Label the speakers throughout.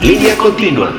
Speaker 1: Línea continua.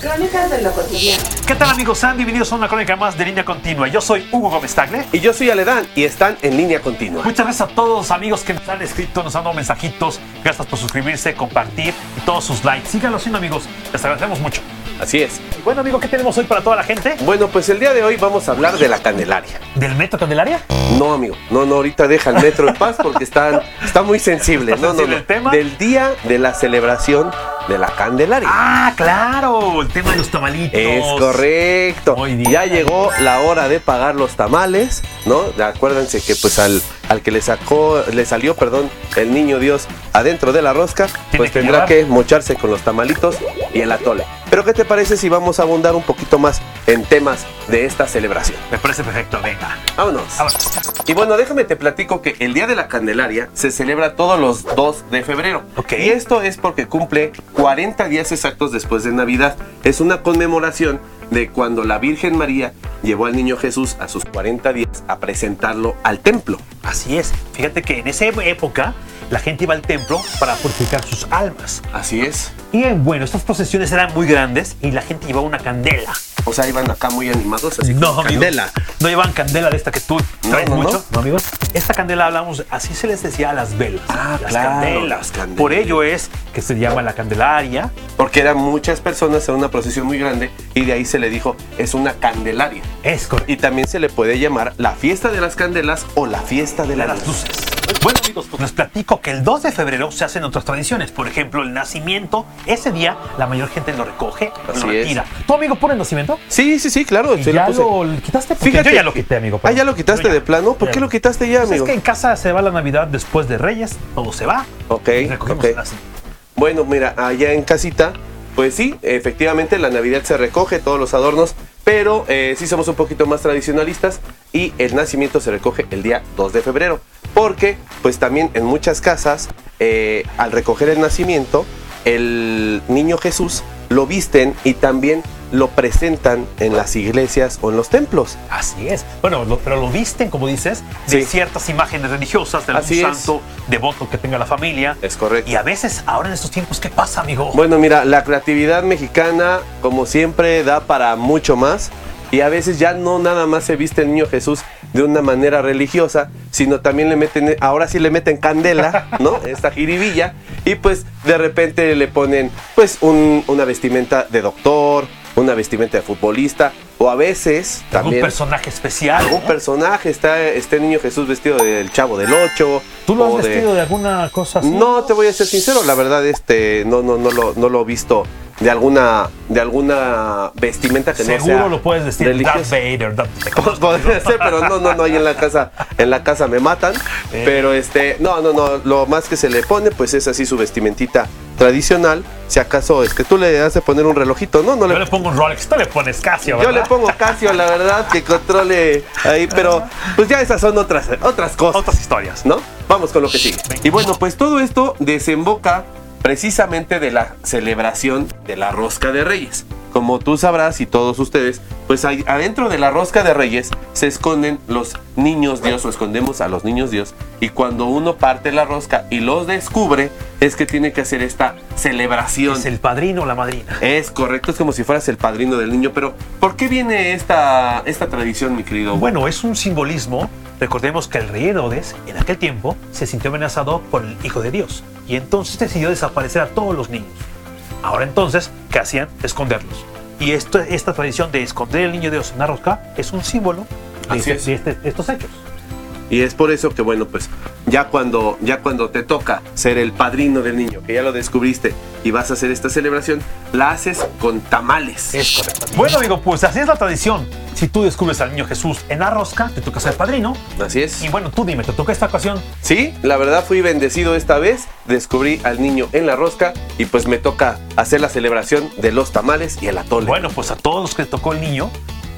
Speaker 2: Crónicas de lo cotidiano.
Speaker 3: ¿Qué tal amigos? Sean bienvenidos a una crónica más de Línea Continua. Yo soy Hugo Gómez Tagle.
Speaker 4: Y yo soy Aledán y están en línea continua.
Speaker 3: Muchas gracias a todos los amigos que nos han escrito, nos han dado mensajitos. Gracias por suscribirse, compartir y todos sus likes. Síganlo haciendo amigos, les agradecemos mucho.
Speaker 4: Así es.
Speaker 3: Y Bueno amigo, ¿qué tenemos hoy para toda la gente?
Speaker 4: Bueno, pues el día de hoy vamos a hablar de la Candelaria.
Speaker 3: ¿Del Metro Candelaria?
Speaker 4: No, amigo. No, no, ahorita deja el metro en paz porque están, está muy sensible.
Speaker 3: ¿Está
Speaker 4: No, no,
Speaker 3: sensible
Speaker 4: no.
Speaker 3: el tema?
Speaker 4: Del día de la celebración de la Candelaria.
Speaker 3: Ah, claro, el tema de los tamalitos.
Speaker 4: Es correcto.
Speaker 3: Muy bien.
Speaker 4: Ya llegó la hora de pagar los tamales, ¿no? Acuérdense que pues al, al que le sacó, le salió, perdón, el niño Dios adentro de la rosca, pues
Speaker 3: que
Speaker 4: tendrá
Speaker 3: llevar.
Speaker 4: que mocharse con los tamalitos y el atole. Pero ¿qué te parece si vamos a abundar un poquito más en temas de esta celebración?
Speaker 3: Me parece perfecto, venga.
Speaker 4: Vámonos.
Speaker 3: Vámonos.
Speaker 4: Y bueno, déjame te platico que el Día de la Candelaria se celebra todos los 2 de febrero.
Speaker 3: Ok.
Speaker 4: Y esto es porque cumple 40 días exactos después de Navidad. Es una conmemoración de cuando la Virgen María llevó al niño Jesús a sus 40 días a presentarlo al templo.
Speaker 3: Así es. Fíjate que en esa época la gente iba al templo para purificar sus almas.
Speaker 4: Así es.
Speaker 3: Y eh, bueno, estas procesiones eran muy grandes y la gente llevaba una candela.
Speaker 4: O sea, iban acá muy animados, así como
Speaker 3: amigo.
Speaker 4: candela.
Speaker 3: No llevan candela de esta que tú traes
Speaker 4: no, no.
Speaker 3: mucho, ¿no, amigos? Esta candela hablamos, así se les decía a las velas.
Speaker 4: Ah,
Speaker 3: las
Speaker 4: claro,
Speaker 3: candelas.
Speaker 4: las candelas.
Speaker 3: Por ello es que se llama la candelaria.
Speaker 4: Porque eran muchas personas en una procesión muy grande y de ahí se le dijo, es una candelaria.
Speaker 3: Es correcto.
Speaker 4: Y también se le puede llamar la fiesta de las candelas o la fiesta de la
Speaker 3: las
Speaker 4: luz.
Speaker 3: luces. Bueno amigos, pues les platico que el 2 de febrero se hacen otras tradiciones. Por ejemplo, el nacimiento. Ese día la mayor gente lo recoge, lo
Speaker 4: Así es.
Speaker 3: retira. ¿Tu amigo pone el nacimiento?
Speaker 4: Sí, sí, sí, claro.
Speaker 3: ¿Y
Speaker 4: se lo
Speaker 3: ya
Speaker 4: puse.
Speaker 3: lo quitaste? Porque
Speaker 4: Fíjate.
Speaker 3: yo ya lo quité, amigo.
Speaker 4: Ah,
Speaker 3: perdón.
Speaker 4: ya lo quitaste
Speaker 3: Yo ya.
Speaker 4: de plano. ¿Por
Speaker 3: Ya
Speaker 4: qué
Speaker 3: lo
Speaker 4: lo quitaste ya,
Speaker 3: Pues
Speaker 4: amigo?
Speaker 3: Es que en casa se va la Navidad después de Reyes, todo se va.
Speaker 4: Ok,
Speaker 3: y recogemos
Speaker 4: ok.
Speaker 3: el nacimiento.
Speaker 4: Bueno, mira, allá en casita, pues sí, efectivamente la Navidad se recoge, todos los adornos, pero eh, sí somos un poquito más tradicionalistas y el nacimiento se recoge el día 2 de febrero. Porque, pues también en muchas casas, eh, al recoger el nacimiento, el niño Jesús lo visten y también lo presentan en las iglesias o en los templos.
Speaker 3: Así es. Bueno, lo- pero lo visten, como dices, de
Speaker 4: Sí.
Speaker 3: ciertas imágenes religiosas, de algún
Speaker 4: Así es.
Speaker 3: santo devoto que tenga la familia.
Speaker 4: Es correcto.
Speaker 3: Y a veces, ahora en estos tiempos, ¿qué pasa, amigo?
Speaker 4: Bueno, mira, la creatividad mexicana, como siempre, da para mucho más. Y a veces ya no nada más se viste el niño Jesús de una manera religiosa, sino también le meten, ahora sí le meten candela, ¿no? Esta jiribilla. Y pues de repente le ponen, pues, un- una vestimenta de doctor, una vestimenta de futbolista, o a veces
Speaker 3: algún
Speaker 4: también.
Speaker 3: personaje especial.
Speaker 4: Algún
Speaker 3: ¿no?
Speaker 4: personaje, está este niño Jesús vestido del chavo del 8.
Speaker 3: ¿Tú lo
Speaker 4: o
Speaker 3: has
Speaker 4: de-
Speaker 3: vestido de alguna cosa así?
Speaker 4: no te voy a ser sincero, la verdad este no no no lo no lo he visto de alguna de alguna vestimenta que no sea
Speaker 3: Seguro lo puedes vestir. Darth
Speaker 4: religiosa.
Speaker 3: Vader. Darth-
Speaker 4: Pues podría ser, pero no no no ahí en la casa en la casa me matan,
Speaker 3: Eh.
Speaker 4: pero este no no no lo más que se le pone pues es así su vestimentita tradicional, si acaso es que tú le das de poner un relojito, no no
Speaker 3: Yo le pongo un Rolex, tú le pones Casio,
Speaker 4: yo
Speaker 3: ¿verdad?
Speaker 4: le pongo Casio, la verdad, que controle ahí, pero pues ya esas son otras, otras cosas.
Speaker 3: Otras historias.
Speaker 4: ¿no? Vamos con lo que sigue. Y bueno, pues todo esto desemboca precisamente de la celebración de la Rosca de Reyes. Como tú sabrás y todos ustedes, pues ahí adentro de la Rosca de Reyes se esconden los niños Dios o escondemos a los niños Dios. Y cuando uno parte la rosca y los descubre, es que tiene que hacer esta celebración.
Speaker 3: Es el padrino o la madrina.
Speaker 4: Es correcto, es como si fueras el padrino del niño, pero ¿por qué viene esta, esta tradición, mi querido?
Speaker 3: Bueno, es un simbolismo. Recordemos que el rey Herodes, en aquel tiempo, se sintió amenazado por el Hijo de Dios y entonces decidió desaparecer a todos los niños. Ahora entonces, ¿qué hacían? Esconderlos. Y esto, esta tradición de esconder el niño Dios en una rosca es un símbolo de,
Speaker 4: Así
Speaker 3: este-
Speaker 4: es.
Speaker 3: de este- de estos hechos.
Speaker 4: Y es por eso que, bueno, pues ya cuando, ya cuando te toca ser el padrino del niño, que ya lo descubriste y vas a hacer esta celebración, la haces con tamales.
Speaker 3: Es correcto. Bueno, amigo, pues así es la tradición. Si tú descubres al niño Jesús en la rosca, te toca ser padrino.
Speaker 4: Así es.
Speaker 3: Y bueno, tú dime, ¿te toca esta ocasión?
Speaker 4: Sí, la verdad fui bendecido esta vez, descubrí al niño en la rosca y pues me toca hacer la celebración de los tamales y el atole.
Speaker 3: Bueno, pues a todos los que tocó el niño,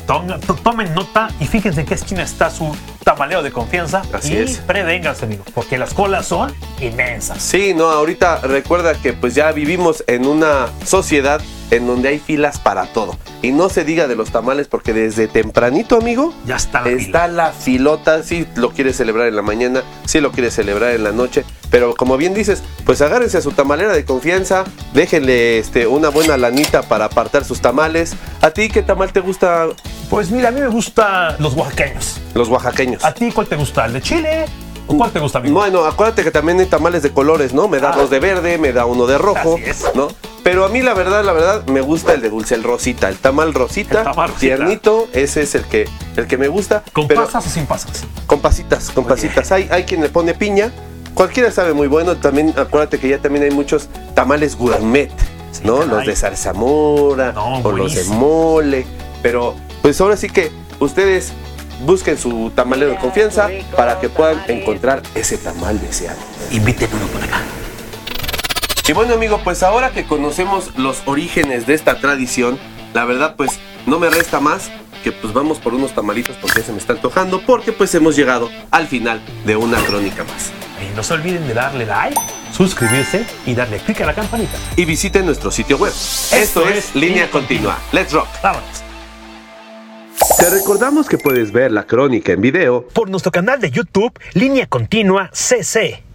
Speaker 3: tom- to- tomen nota y fíjense en qué esquina está su tamaleo de confianza.
Speaker 4: Así
Speaker 3: y
Speaker 4: es.
Speaker 3: prevénganse, amigos, porque las colas son inmensas.
Speaker 4: Sí, no, ahorita recuerda que pues ya vivimos en una sociedad en donde hay filas para todo. Y no se diga de los tamales porque desde tempranito, amigo,
Speaker 3: Ya está la
Speaker 4: Está la filota, si lo quieres celebrar en la mañana, si lo quieres celebrar en la noche, Pero como bien dices, pues agárrense a su tamalera de confianza, déjenle este, una buena lanita para apartar sus tamales. ¿A ti qué tamal te gusta
Speaker 3: Pues mira, a mí me gustan los oaxaqueños.
Speaker 4: los oaxaqueños?
Speaker 3: ¿A ti cuál te gusta? ¿El de Chile? ¿O cuál te gusta, amigo?
Speaker 4: Bueno, acuérdate que también hay tamales de colores, ¿no? Me da
Speaker 3: Ah.
Speaker 4: dos de verde, me da uno de rojo,
Speaker 3: Así es.
Speaker 4: ¿no? Pero a mí la verdad, la verdad, me gusta el de dulce, el rosita, el tamal rosita,
Speaker 3: El tamal rosita.
Speaker 4: tiernito, ese es el que, el que me gusta.
Speaker 3: ¿Con
Speaker 4: pero
Speaker 3: pasas o sin pasas?
Speaker 4: Con pasitas, con
Speaker 3: Muy
Speaker 4: pasitas. Hay, hay quien le pone piña, cualquiera sabe muy bueno. También acuérdate que ya también hay muchos tamales gourmet,
Speaker 3: Sí,
Speaker 4: ¿no?
Speaker 3: caray.
Speaker 4: Los de zarzamora
Speaker 3: No,
Speaker 4: o los de
Speaker 3: buenísimo.
Speaker 4: mole. Pero pues ahora sí que ustedes busquen su tamalero de confianza para que puedan encontrar ese tamal deseado.
Speaker 3: Inviten uno por acá.
Speaker 4: Y bueno amigo, pues ahora que conocemos los orígenes de esta tradición, la verdad pues no me resta más que pues vamos por unos tamalitos porque se me está antojando, porque pues hemos llegado al final de una crónica más.
Speaker 3: Y no se olviden de darle like, suscribirse y darle clic a la campanita.
Speaker 4: y visiten nuestro sitio web. Esto, es Línea Continua. Let's Rock.
Speaker 3: Vámonos.
Speaker 4: Te recordamos que puedes ver la crónica en video
Speaker 1: por nuestro canal de YouTube Línea Continua CC.